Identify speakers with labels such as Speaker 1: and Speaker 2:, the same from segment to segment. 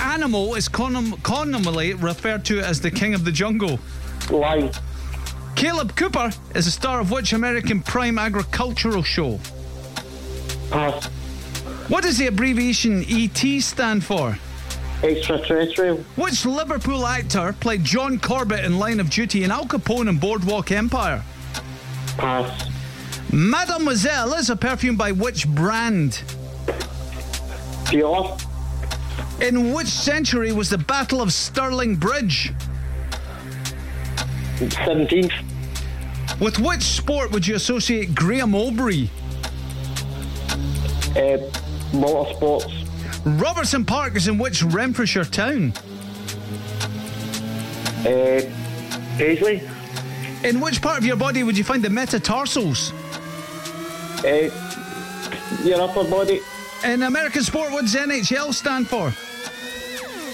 Speaker 1: animal is conom- commonly referred to as the king of the jungle?
Speaker 2: Lion.
Speaker 1: Caleb Cooper is the star of which American prime agricultural show?
Speaker 2: Pass.
Speaker 1: What does the abbreviation ET stand for?
Speaker 2: Extraterrestrial.
Speaker 1: Which Liverpool actor played John Corbett in Line of Duty and Al Capone in Boardwalk Empire?
Speaker 2: Pass.
Speaker 1: Mademoiselle is a perfume by which brand?
Speaker 2: Dior.
Speaker 1: In which century was the Battle of Stirling Bridge?
Speaker 2: 17th.
Speaker 1: With which sport would you associate Graham Aubrey?
Speaker 2: Uh, motorsports.
Speaker 1: Robertson Park is in which Renfrewshire town?
Speaker 2: Uh, Paisley.
Speaker 1: In which part of your body would you find the metatarsals?
Speaker 2: Uh, your upper uh, body.
Speaker 1: In American sport, what does NHL stand for?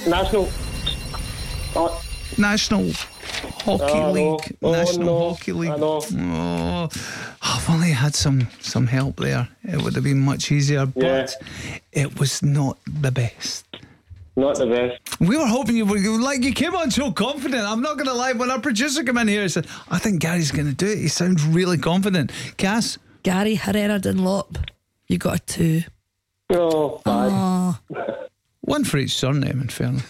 Speaker 2: National. Uh,
Speaker 1: National Hockey
Speaker 2: I know.
Speaker 1: League.
Speaker 2: Oh,
Speaker 1: National
Speaker 2: no.
Speaker 1: Hockey League.
Speaker 2: I know.
Speaker 1: Oh, I've only had some some help there. It would have been much easier, but it was not the best.
Speaker 2: not the best.
Speaker 1: We were hoping you would like you came on so confident. I'm not gonna lie, when our producer came in here, he said, I think Gary's gonna do it. He sounds really confident. Cass,
Speaker 3: Gary Herrera Dunlop. You got a two.
Speaker 2: No, Oh, bad.
Speaker 1: one for each surname in fairness.